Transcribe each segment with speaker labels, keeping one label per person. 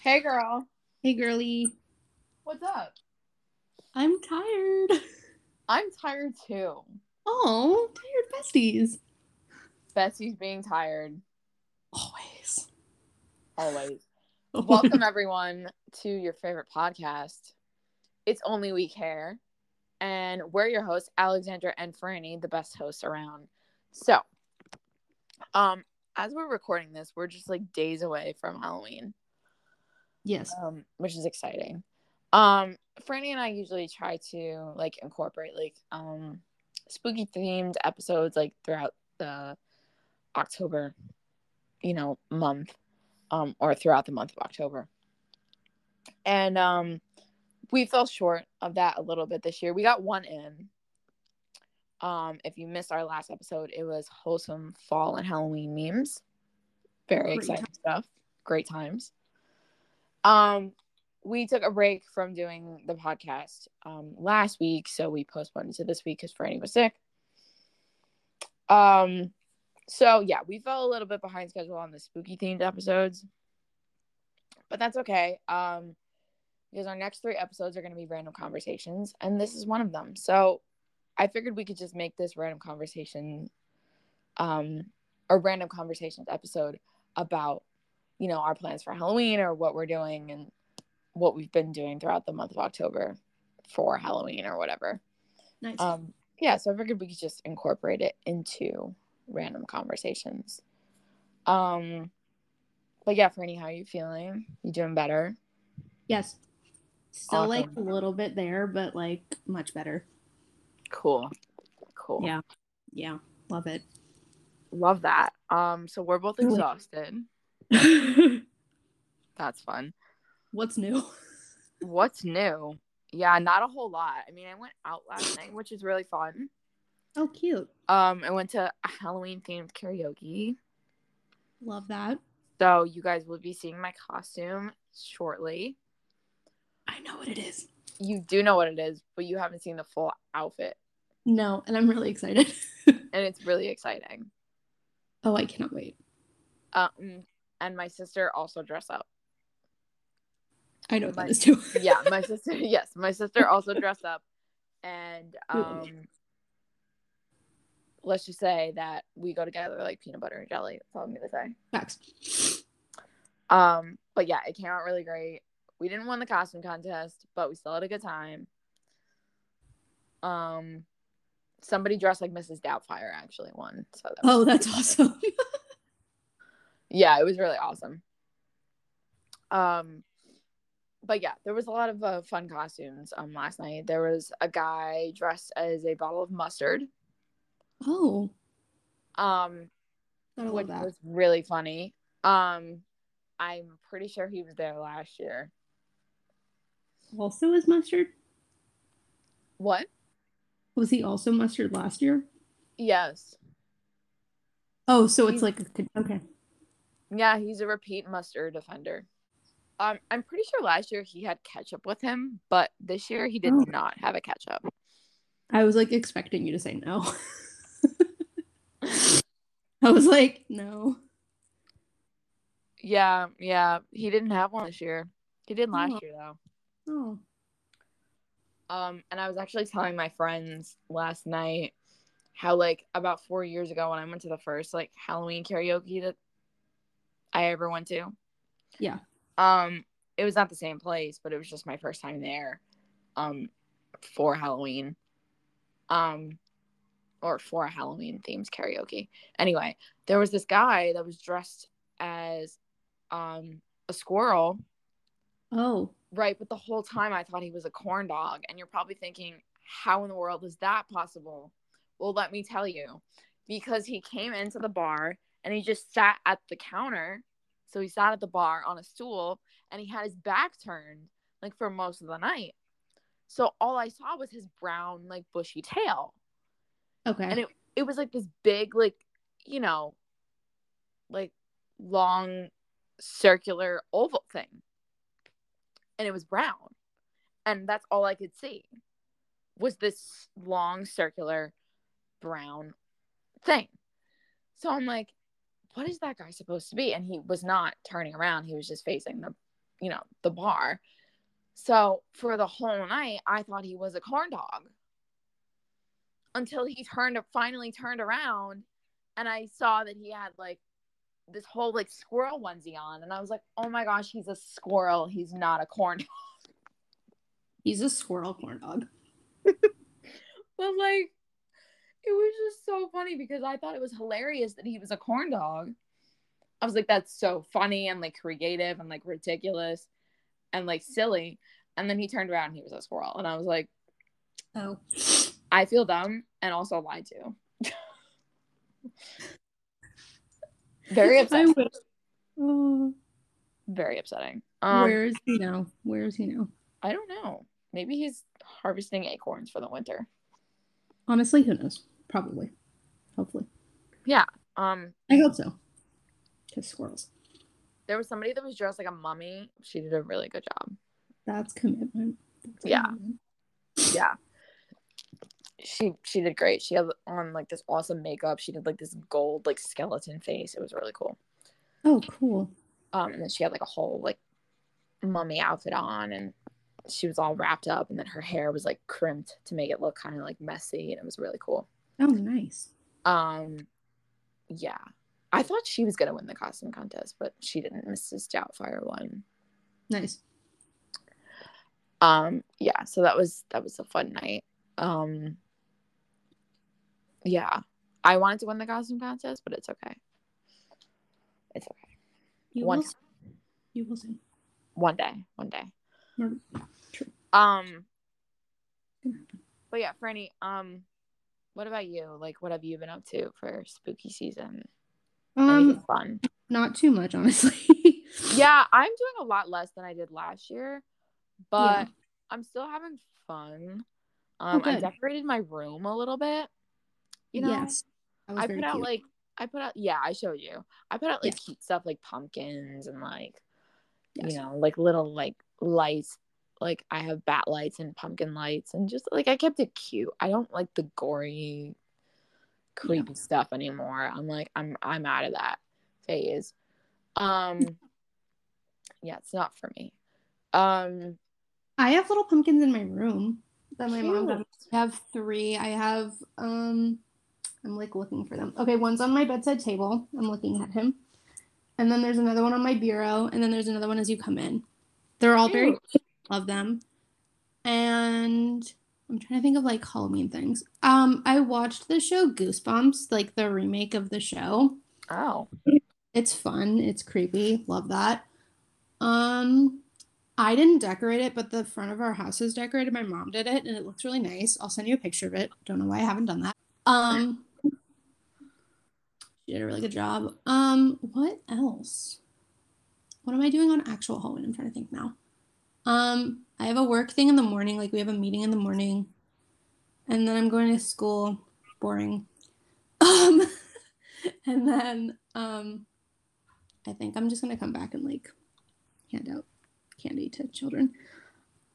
Speaker 1: Hey, girl.
Speaker 2: Hey, girly.
Speaker 1: What's up?
Speaker 2: I'm tired.
Speaker 1: I'm tired too.
Speaker 2: Oh, tired besties.
Speaker 1: Bessie's being tired
Speaker 2: Always.
Speaker 1: always.
Speaker 2: Always.
Speaker 1: Welcome, everyone, to your favorite podcast. It's Only We Care. And we're your hosts, Alexandra and Franny, the best hosts around. So, um, as we're recording this, we're just like days away from Halloween.
Speaker 2: Yes.
Speaker 1: um, which is exciting. Um, Franny and I usually try to like incorporate like um, spooky themed episodes like throughout the October, you know, month, um, or throughout the month of October. And um, we fell short of that a little bit this year. We got one in. Um, if you missed our last episode, it was wholesome fall and Halloween memes. Very
Speaker 2: Great
Speaker 1: exciting stuff. Great times um we took a break from doing the podcast um last week so we postponed it to this week because franny was sick um so yeah we fell a little bit behind schedule on the spooky themed episodes but that's okay um because our next three episodes are going to be random conversations and this is one of them so i figured we could just make this random conversation um a random conversations episode about you know our plans for halloween or what we're doing and what we've been doing throughout the month of october for halloween or whatever
Speaker 2: Nice.
Speaker 1: um yeah so i figured we could just incorporate it into random conversations um but yeah franny how are you feeling you doing better
Speaker 2: yes. Still like a
Speaker 1: awesome.
Speaker 2: little bit there, but like much better.
Speaker 1: cool cool
Speaker 2: Yeah. Yeah. Love it.
Speaker 1: love that um so we're both
Speaker 2: Really?
Speaker 1: exhausted that's fun
Speaker 2: What's new?
Speaker 1: what's new yeah not a whole lot i mean i went out last night which is really fun
Speaker 2: Oh, cute.
Speaker 1: Um, I went to a Halloween themed karaoke.
Speaker 2: Love that.
Speaker 1: So you guys will be seeing my costume shortly.
Speaker 2: I know what it is.
Speaker 1: You do know what it is, but you haven't seen the full outfit.
Speaker 2: No, and I'm really excited.
Speaker 1: And it's really exciting.
Speaker 2: oh, I cannot wait.
Speaker 1: Um and my sister also dressed up.
Speaker 2: I know what
Speaker 1: My-
Speaker 2: that is too.
Speaker 1: Yeah, my sister yes, my sister also dressed up. And um let's just say that we go together like peanut butter and jelly. That's all I'm gonna say.
Speaker 2: Facts.
Speaker 1: Um, but yeah, it came out really great. We didn't win the costume contest, but we still had a good time. Um, somebody dressed like Mrs. Doubtfire actually won. So that was,
Speaker 2: Oh, that's awesome.
Speaker 1: yeah, it was really awesome. Um, but yeah, there was a lot of uh, fun costumes. Um, last night there was a guy dressed as a bottle of mustard.
Speaker 2: Oh,
Speaker 1: Um,
Speaker 2: I
Speaker 1: which
Speaker 2: love that.
Speaker 1: was really funny. Um, I'm pretty sure he was there last year.
Speaker 2: Also, is mustard?
Speaker 1: What?
Speaker 2: Was he also mustard last year?
Speaker 1: Yes.
Speaker 2: Oh, so
Speaker 1: He's-
Speaker 2: it's like a, okay.
Speaker 1: Yeah, he's a repeat mustard offender. Um, I'm pretty sure last year he had ketchup with him, but this year he did
Speaker 2: Oh.
Speaker 1: not have a ketchup.
Speaker 2: I was like expecting you to say no. I was like, no.
Speaker 1: Yeah, yeah, he didn't have one this year. He did last
Speaker 2: Oh.
Speaker 1: year though.
Speaker 2: Oh,
Speaker 1: Um, and I was actually telling my friends last night how like about four years ago when I went to the first like Halloween karaoke that I ever went to.
Speaker 2: Yeah.
Speaker 1: Um, it was not the same place, but it was just my first time there. Um, for Halloween. Um, or for Halloween themes karaoke. Anyway, there was this guy that was dressed as um a squirrel,
Speaker 2: oh,
Speaker 1: right? But the whole time I thought he was a corn dog, and you're probably thinking, how in the world is that possible? Well, let me tell you, because he came into the bar and he just sat at the counter. So he sat at the bar on a stool and he had his back turned like for most of the night. So all I saw was his brown, like bushy tail
Speaker 2: okay.
Speaker 1: and it it was like this big like you know like long circular oval thing and it was brown and that's all i could see was this long circular brown thing so i'm like what is that guy supposed to be and he was not turning around he was just facing the you know, the bar. So for the whole night, I thought he was a corn dog until he turned finally turned around and I saw that he had like this whole like squirrel onesie on and I was like, "Oh my gosh, he's a squirrel. He's not a corn dog."
Speaker 2: He's a squirrel corn dog.
Speaker 1: But like it was just so funny because I thought it was hilarious that he was a corn dog. I was like, that's so funny and like creative and like ridiculous and like silly. And then he turned around and he was a squirrel. And I was like,
Speaker 2: Oh.
Speaker 1: I feel dumb and also lied to. Very
Speaker 2: I
Speaker 1: upsetting.
Speaker 2: wish. Oh,
Speaker 1: Very upsetting. Um,
Speaker 2: where is he now? Where is he now?
Speaker 1: I don't know. Maybe he's harvesting acorns for the winter.
Speaker 2: Honestly, who knows? Probably. Hopefully.
Speaker 1: Um,
Speaker 2: I hope so. Because squirrels.
Speaker 1: there was somebody that was dressed like a mummy. She did a really good job.
Speaker 2: That's commitment. That's
Speaker 1: Yeah.
Speaker 2: commitment.
Speaker 1: yeah she she did great she had on like this awesome makeup she did like this gold like skeleton face it was really cool
Speaker 2: Oh, cool.
Speaker 1: um and then she had like a whole like mummy outfit on and she was all wrapped up and then her hair was like crimped to make it look kind of like messy and it was really cool
Speaker 2: Oh, nice.
Speaker 1: um yeah i thought she was gonna win the costume contest but she didn't mrs doubtfire won
Speaker 2: Nice.
Speaker 1: um yeah so that was that was a fun night um yeah i wanted to win the costume contest but it's okay it's okay
Speaker 2: You
Speaker 1: One-
Speaker 2: will. s- You will soon.
Speaker 1: one day one day
Speaker 2: Or- Mm-hmm. True. Mm-hmm.
Speaker 1: um
Speaker 2: Gonna happen.
Speaker 1: but yeah franny um what about you like what have you been up to for spooky season Anything
Speaker 2: Um,
Speaker 1: fun
Speaker 2: not too much, honestly.
Speaker 1: yeah i'm doing a lot less than i did last year but
Speaker 2: Yeah. Oh,
Speaker 1: i'm still having fun um i
Speaker 2: good.
Speaker 1: decorated my room a little bit you know
Speaker 2: yes. That was
Speaker 1: I
Speaker 2: very
Speaker 1: put out
Speaker 2: cute.
Speaker 1: like I put out yeah, I showed you. I put out like cute stuff like pumpkins and like
Speaker 2: Yes.
Speaker 1: you know, like little like lights. Like I have bat lights and pumpkin lights and just like I kept it cute. I don't like the gory creepy stuff anymore. I'm like I'm I'm out of that phase. Um yeah, it's not for me. Um
Speaker 2: I have little pumpkins in my room that my mom got.
Speaker 1: Cute.
Speaker 2: me. I have three. I have um I'm like looking for them. Okay, one's on my bedside table. I'm looking at him. And then there's another one on my bureau, and then there's another one as you come in. They're all very
Speaker 1: Cute.
Speaker 2: love them. And I'm trying to think of like Halloween things. Um, I watched the show Goosebumps, like the remake of the show.
Speaker 1: oh
Speaker 2: It's fun. It's creepy. Love that. Um, I didn't decorate it, but the front of our house is decorated. My mom did it, and it looks really nice. I'll send you a picture of it. Don't know why I haven't done that. Um, she did a really good job. Um, what else? What am I doing on actual Halloween? I'm trying to think now. Um, I have a work thing in the morning. Like we have a meeting in the morning, and then I'm going to school. Boring. Um, and then um. I think I'm just gonna come back and like hand out candy to children,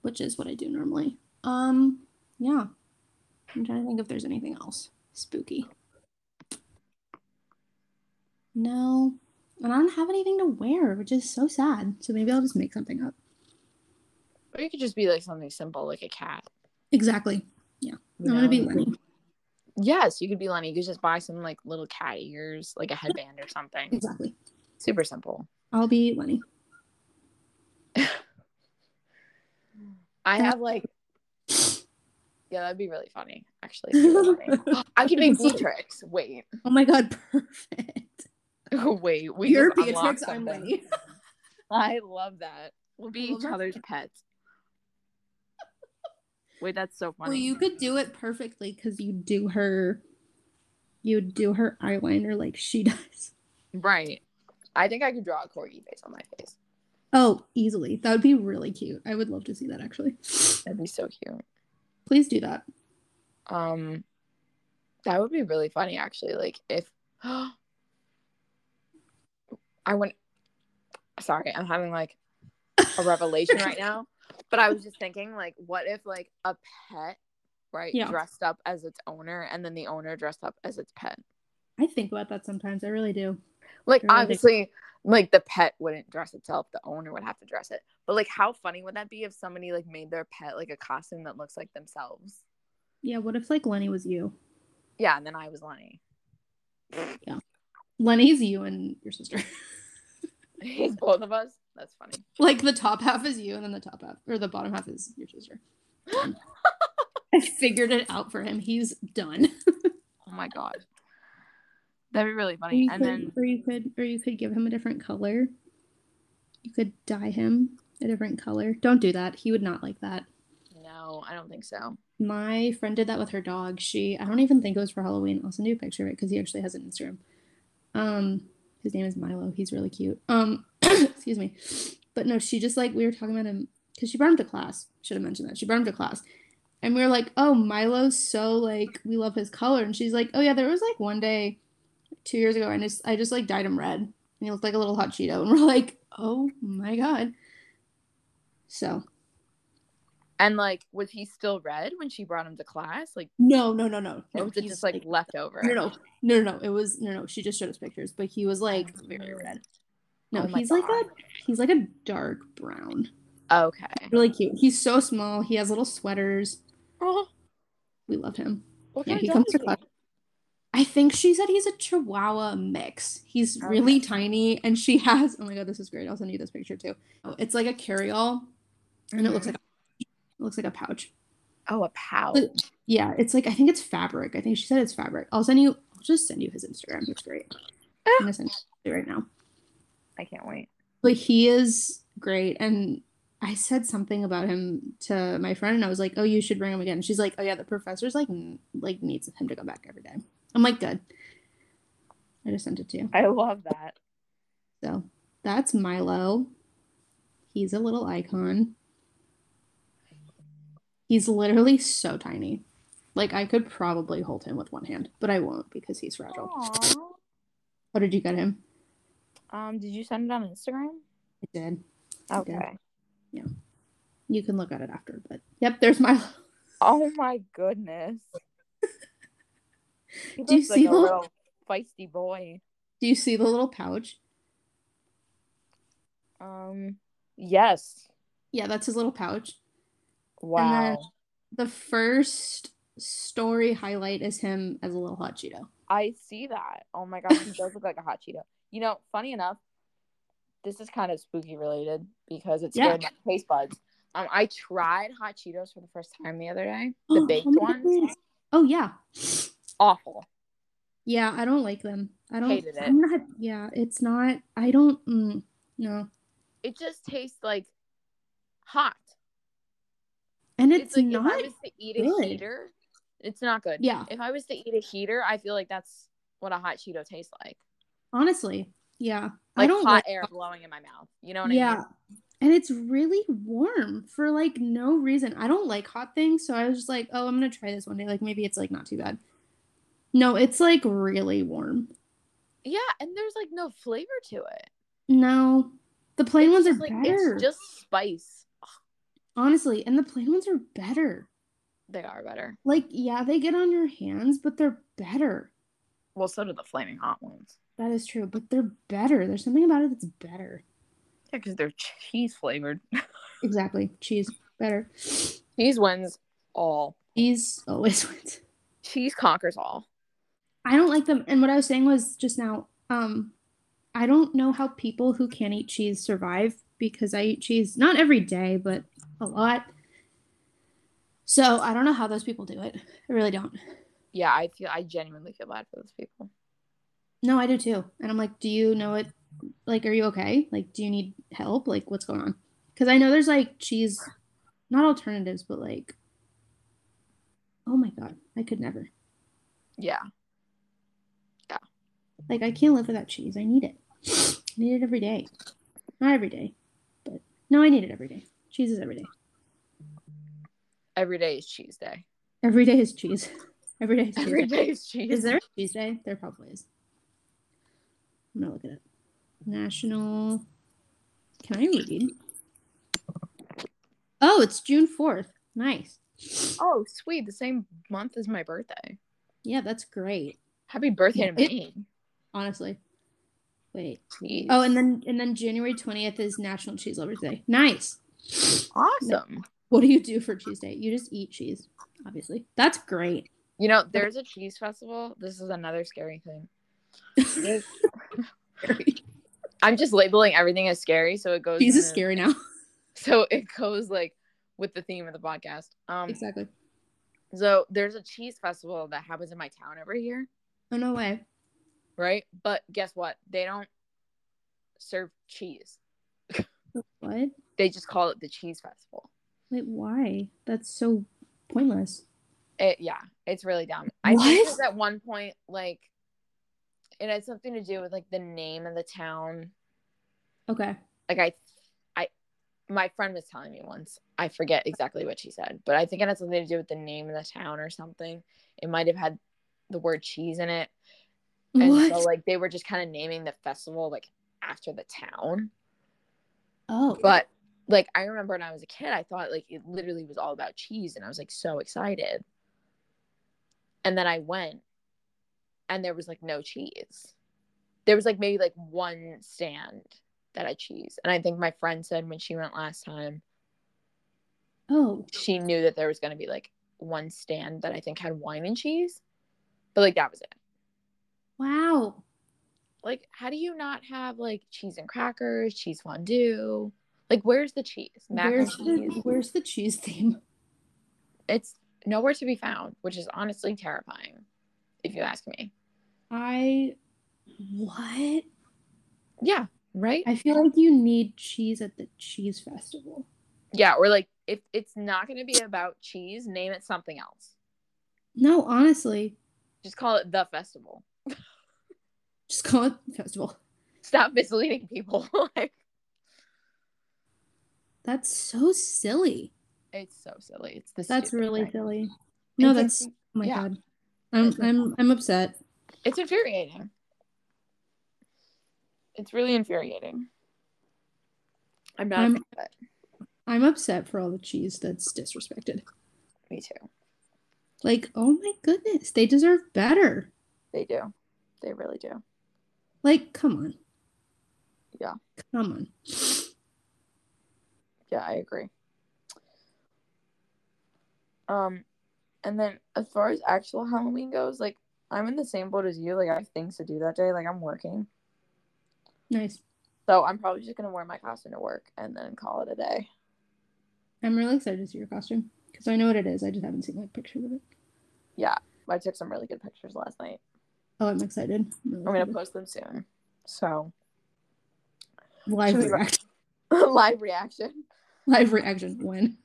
Speaker 2: which is what I do normally. Um, yeah. I'm trying to think if there's anything else spooky. No, and I don't have anything to wear, which is so sad. So maybe I'll just make something up.
Speaker 1: or you could just be like something simple like a cat.
Speaker 2: Exactly.
Speaker 1: you
Speaker 2: I'm gonna be
Speaker 1: know?
Speaker 2: Lenny.
Speaker 1: Yes, you could be Lenny. You could just buy some like little cat ears, like a headband or something.
Speaker 2: Exactly.
Speaker 1: Super simple.
Speaker 2: I'll be Lenny.
Speaker 1: I
Speaker 2: Yeah.
Speaker 1: have like, yeah, that'd be really funny. Actually, if you were Lenny. I could be Beatrix. Wait,
Speaker 2: Oh my god, perfect.
Speaker 1: wait. We
Speaker 2: You're
Speaker 1: just unlocked
Speaker 2: Beatrix, I'm
Speaker 1: something.
Speaker 2: Lenny.
Speaker 1: I love that. We'll be
Speaker 2: I love
Speaker 1: each
Speaker 2: that.
Speaker 1: other's pets. Wait, that's so funny.
Speaker 2: Well, you could do it perfectly because you do her, you do her eyeliner like she does.
Speaker 1: Right. I think I could draw a corgi face on my face.
Speaker 2: Oh, easily. That would be really cute. I would love to see that actually.
Speaker 1: That'd be so cute.
Speaker 2: Please do that.
Speaker 1: Um, that would be really funny actually. Like if I went, sorry, I'm having like a revelation right now. But I was just thinking, like, what if like a pet, right,
Speaker 2: Yeah.
Speaker 1: dressed up as its owner, and then the owner dressed up as its pet?
Speaker 2: I think about that sometimes. I really do.
Speaker 1: Like
Speaker 2: Really?
Speaker 1: obviously, like the pet wouldn't dress itself. The owner would have to dress it. But like, how funny would that be if somebody like made their pet like a costume that looks like themselves?
Speaker 2: Yeah, what if like Lenny was you?
Speaker 1: Yeah, and then I was Lenny.
Speaker 2: Lenny's you and your sister.
Speaker 1: He's both of us. That's funny.
Speaker 2: like the top half is you and then the top half or the bottom half is your sister. Done. I figured it out for him. He's done.
Speaker 1: Oh my god, that'd be really
Speaker 2: Or
Speaker 1: funny.
Speaker 2: you,
Speaker 1: And
Speaker 2: could,
Speaker 1: then
Speaker 2: or you could or you could give him a different color. You could dye him a different color. Don't do that. He would not like that.
Speaker 1: no, I don't think so.
Speaker 2: My friend did that with her dog. She I don't even think it was for Halloween. I'll send you a picture of it because he actually has an Instagram. Um his name is Milo. He's really cute. Um excuse me. But no, she just like we were talking about him because she brought him to class. Should have mentioned that. She brought him to class. And we were like, oh, Milo's so like we love his color. And she's like, Oh yeah, there was like one day two years ago, I just I just like dyed him red. And he looked like a little hot Cheeto. And we're like, oh my god. So
Speaker 1: And like, was he still red when she brought him to class? Like,
Speaker 2: no, no, no, no.
Speaker 1: or
Speaker 2: no
Speaker 1: was it
Speaker 2: he's,
Speaker 1: just like left over?
Speaker 2: No, no, no, no, no. It was no, no. She just showed us pictures, but he was like very red. No,
Speaker 1: Oh my
Speaker 2: he's like a
Speaker 1: God.
Speaker 2: he's like a dark brown.
Speaker 1: Okay.
Speaker 2: Really cute. He's so small. He has little sweaters.
Speaker 1: Oh,
Speaker 2: We love him.
Speaker 1: what
Speaker 2: Yeah,
Speaker 1: kind
Speaker 2: he
Speaker 1: of
Speaker 2: comes
Speaker 1: dog
Speaker 2: to
Speaker 1: is
Speaker 2: class.
Speaker 1: he?
Speaker 2: I think she said he's a Chihuahua mix. He's really tiny, and she has. Oh my god, this is great. I'll send you this picture too. Oh, It's like a carryall, and it looks like a, it looks like a pouch.
Speaker 1: Oh, a pow.
Speaker 2: But- Yeah, it's like I think it's fabric. I think she said it's fabric. I'll send you. I'll just send you his Instagram. It's great.
Speaker 1: Ah.
Speaker 2: I'm gonna send it to you right now.
Speaker 1: I can't wait.
Speaker 2: but he is great and i said something about him to my friend and i was like oh you should bring him again and she's like oh yeah the professor's like n- like needs him to go back every day i'm like good i just sent it to you
Speaker 1: I love that.
Speaker 2: so that's milo he's a little icon he's literally so tiny like i could probably hold him with one hand but i won't because he's fragile
Speaker 1: Aw.
Speaker 2: how did you get him
Speaker 1: Um, did you send it on Instagram?
Speaker 2: i did
Speaker 1: Okay.
Speaker 2: you can look at it after but yep there's milo
Speaker 1: Oh my goodness. He
Speaker 2: Do you
Speaker 1: looks like
Speaker 2: see
Speaker 1: a
Speaker 2: the-
Speaker 1: little feisty boy?
Speaker 2: do you see the little pouch
Speaker 1: Um, yes.
Speaker 2: Yeah, that's his little pouch.
Speaker 1: Wow.
Speaker 2: The first story highlight is him as a little hot Cheeto.
Speaker 1: I see that. Oh my gosh, he does look like a hot Cheeto. You know, funny enough, this is kind of spooky related because it's
Speaker 2: Yeah.
Speaker 1: scared my taste buds. Um, I tried hot Cheetos for the first time the other day. The baked
Speaker 2: oh my
Speaker 1: ones,
Speaker 2: goodness. Oh yeah,
Speaker 1: awful.
Speaker 2: yeah. I don't like them. I don't.
Speaker 1: Hated it.
Speaker 2: I'm not. Yeah, it's not. I don't. Mm, no,
Speaker 1: It just tastes like hot.
Speaker 2: and
Speaker 1: It's,
Speaker 2: it's,
Speaker 1: like if
Speaker 2: not.
Speaker 1: I was to eat a
Speaker 2: good.
Speaker 1: heater, it's not good.
Speaker 2: Yeah,
Speaker 1: If I was to eat a heater, I feel like that's what a hot Cheeto tastes like.
Speaker 2: honestly, yeah. I
Speaker 1: Like
Speaker 2: don't
Speaker 1: hot
Speaker 2: like.
Speaker 1: air blowing in my mouth. You know what I
Speaker 2: Yeah,
Speaker 1: mean?
Speaker 2: and it's really warm for like no reason. I don't like hot things, so I was just like, oh, I'm gonna try this one day. Like maybe it's like not too bad. No, it's like really warm.
Speaker 1: Yeah, and there's like no flavor to it.
Speaker 2: No, the plain ones are
Speaker 1: It's like
Speaker 2: better.
Speaker 1: it's just spice.
Speaker 2: Honestly, and the plain ones are better.
Speaker 1: They are better.
Speaker 2: Like, yeah, they get on your hands, but they're better.
Speaker 1: Well, so do the flaming hot ones.
Speaker 2: That is true, but they're better. There's something about it that's better.
Speaker 1: Yeah, because they're cheese flavored.
Speaker 2: Exactly. Cheese, better.
Speaker 1: Cheese wins all.
Speaker 2: Cheese always wins.
Speaker 1: Cheese conquers all.
Speaker 2: I don't like them. And what I was saying was just now, um, I don't know how people who can't eat cheese survive because I eat cheese not every day, but a lot. So I don't know how those people do it. I really don't.
Speaker 1: Yeah, I feel I genuinely feel bad for those people.
Speaker 2: No, I do too. And I'm like, do you know it? Like, are you okay? Like, do you need help? Like, what's going on? Because I know there's like cheese, not alternatives, but like, oh my God, I could never.
Speaker 1: Yeah.
Speaker 2: Like, I can't live without cheese. I need it. I need it every day. Not every day, but no, I need it every day. Cheese is every day.
Speaker 1: Every day is cheese day.
Speaker 2: Every day is cheese. Every day is cheese.
Speaker 1: Every
Speaker 2: day.
Speaker 1: day is cheese.
Speaker 2: Is there a cheese day? There probably is. I'm gonna look at it. National. Can I read? Oh, it's June 4th. Nice.
Speaker 1: Oh, sweet. The same month as my birthday.
Speaker 2: Yeah, that's great.
Speaker 1: Happy birthday to
Speaker 2: It-
Speaker 1: me.
Speaker 2: Honestly. Wait.
Speaker 1: Please.
Speaker 2: Oh, and then and then January twentieth is National Cheese Lovers Day. Nice.
Speaker 1: awesome.
Speaker 2: What do you do for cheese day? You just eat cheese, obviously. That's great.
Speaker 1: You know, there's a cheese festival. This is another scary thing. There's- I'm just labeling everything as scary, so it goes.
Speaker 2: cheese is
Speaker 1: in-
Speaker 2: scary now.
Speaker 1: So it goes like with the theme of the podcast. Um,
Speaker 2: exactly.
Speaker 1: so there's a cheese festival that happens in my town every year,
Speaker 2: Oh no way.
Speaker 1: right? But guess what? They don't serve cheese.
Speaker 2: What?
Speaker 1: They just call it the cheese festival.
Speaker 2: Wait, why? That's so pointless.
Speaker 1: It, yeah, it's really dumb. I think
Speaker 2: What?
Speaker 1: 'cause at one point, like, it had something to do with like the name of the town.
Speaker 2: Okay.
Speaker 1: Like I, I, my friend was telling me once. I forget exactly what she said, but I think it had something to do with the name of the town or something. It might have had the word cheese in it, and
Speaker 2: what?
Speaker 1: so like they were just kind of naming the festival like after the town.
Speaker 2: oh.
Speaker 1: But like I remember when I was a kid, I thought like it literally was all about cheese, and I was like so excited. And then I went, and there was like no cheese. There was like maybe like one stand that had cheese, and I think my friend said when she went last time,
Speaker 2: Oh.
Speaker 1: she knew that there was going to be like one stand that I think had wine and cheese, but like that was it.
Speaker 2: Wow.
Speaker 1: Like, how do you not have like cheese and crackers, cheese fondue? Like, where's the cheese? Mac and
Speaker 2: Where's
Speaker 1: cheese.
Speaker 2: the, where's the cheese theme?
Speaker 1: it's nowhere to be found, which is honestly terrifying, if you ask me.
Speaker 2: I what?
Speaker 1: Yeah, right?
Speaker 2: I feel like you need cheese at the cheese festival.
Speaker 1: Yeah, or like if it's not going to be about cheese, name it something else.
Speaker 2: No, honestly.
Speaker 1: Just call it the festival.
Speaker 2: Just call it the festival.
Speaker 1: Stop misleading people. like,
Speaker 2: That's so silly.
Speaker 1: it's so silly. It's the
Speaker 2: That's
Speaker 1: stupid
Speaker 2: really
Speaker 1: thing.
Speaker 2: silly. No,
Speaker 1: It's
Speaker 2: that's oh
Speaker 1: inf-
Speaker 2: my
Speaker 1: yeah.
Speaker 2: god. I'm
Speaker 1: It's
Speaker 2: I'm I'm upset.
Speaker 1: it's infuriating. It's really infuriating. I'm not. a
Speaker 2: I'm-
Speaker 1: fan of it.
Speaker 2: I'm upset for all the cheese that's disrespected.
Speaker 1: Me too.
Speaker 2: Like, oh my goodness, they deserve better.
Speaker 1: They do. They really do.
Speaker 2: Like, come on.
Speaker 1: Yeah.
Speaker 2: Come on.
Speaker 1: Yeah, I agree. Um, and then as far as actual Halloween goes, like I'm in the same boat as you. Like I have things to do that day. Like I'm working,
Speaker 2: Nice.
Speaker 1: so I'm probably just gonna wear my costume to work and then call it a day.
Speaker 2: I'm really excited to see your costume because I know what it is. I just haven't seen like pictures of it.
Speaker 1: I took some really good pictures last night.
Speaker 2: Oh, I'm excited. I'm really
Speaker 1: I'm gonna
Speaker 2: excited.
Speaker 1: post them soon. So
Speaker 2: live
Speaker 1: Should we-
Speaker 2: reaction.
Speaker 1: live reaction.
Speaker 2: Live reaction. When?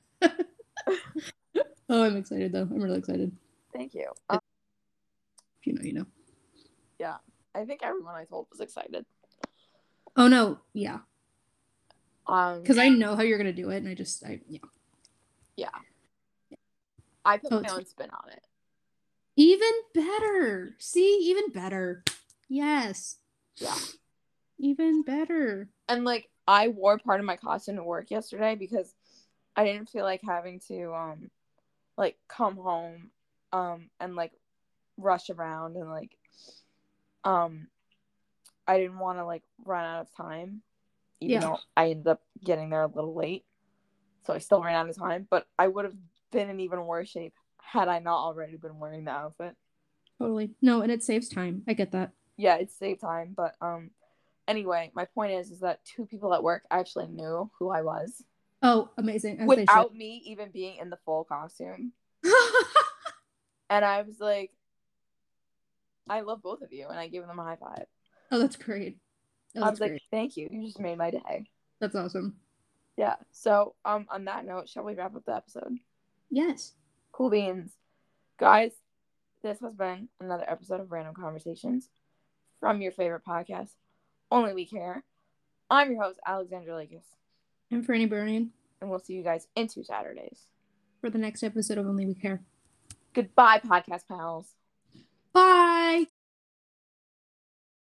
Speaker 2: oh, I'm excited though. I'm really excited.
Speaker 1: Thank you. Um,
Speaker 2: If you know, you know.
Speaker 1: I think everyone I told was excited.
Speaker 2: Oh no, yeah.
Speaker 1: Um,
Speaker 2: Because I know how you're gonna do it, and I just, I yeah.
Speaker 1: I put
Speaker 2: Oh,
Speaker 1: my
Speaker 2: it's-
Speaker 1: own spin on it.
Speaker 2: Even better. See, even better. Yes.
Speaker 1: Yeah.
Speaker 2: Even better.
Speaker 1: and like I wore part of my costume to work yesterday because I didn't feel like having to um like come home um and like rush around and like um I didn't want to like run out of time even
Speaker 2: Yeah.
Speaker 1: though I ended up getting there a little late so I still ran out of time but I would have been in even worse shape had I not already been wearing the outfit
Speaker 2: Totally. No, and it saves time. I get that.
Speaker 1: yeah it saved time but um anyway my point is is that two people at work actually knew who I was
Speaker 2: Oh, amazing. As they should.
Speaker 1: without me even being in the full costume. And I was like, I love both of you. And I gave them a high five.
Speaker 2: oh, that's great. Oh,
Speaker 1: I
Speaker 2: that's
Speaker 1: was like,
Speaker 2: great.
Speaker 1: thank you. You just made my day.
Speaker 2: That's awesome.
Speaker 1: Yeah. So um on that note, shall we wrap up the episode?
Speaker 2: Yes.
Speaker 1: Cool beans. Guys, this has been another episode of Random Conversations from your favorite podcast, Only We Care. I'm your host, Alexandra Lakis,
Speaker 2: And for any Burnian,
Speaker 1: and we'll see you guys in two Saturdays.
Speaker 2: for the next episode of Only We Care.
Speaker 1: Goodbye, podcast pals.
Speaker 2: Bye.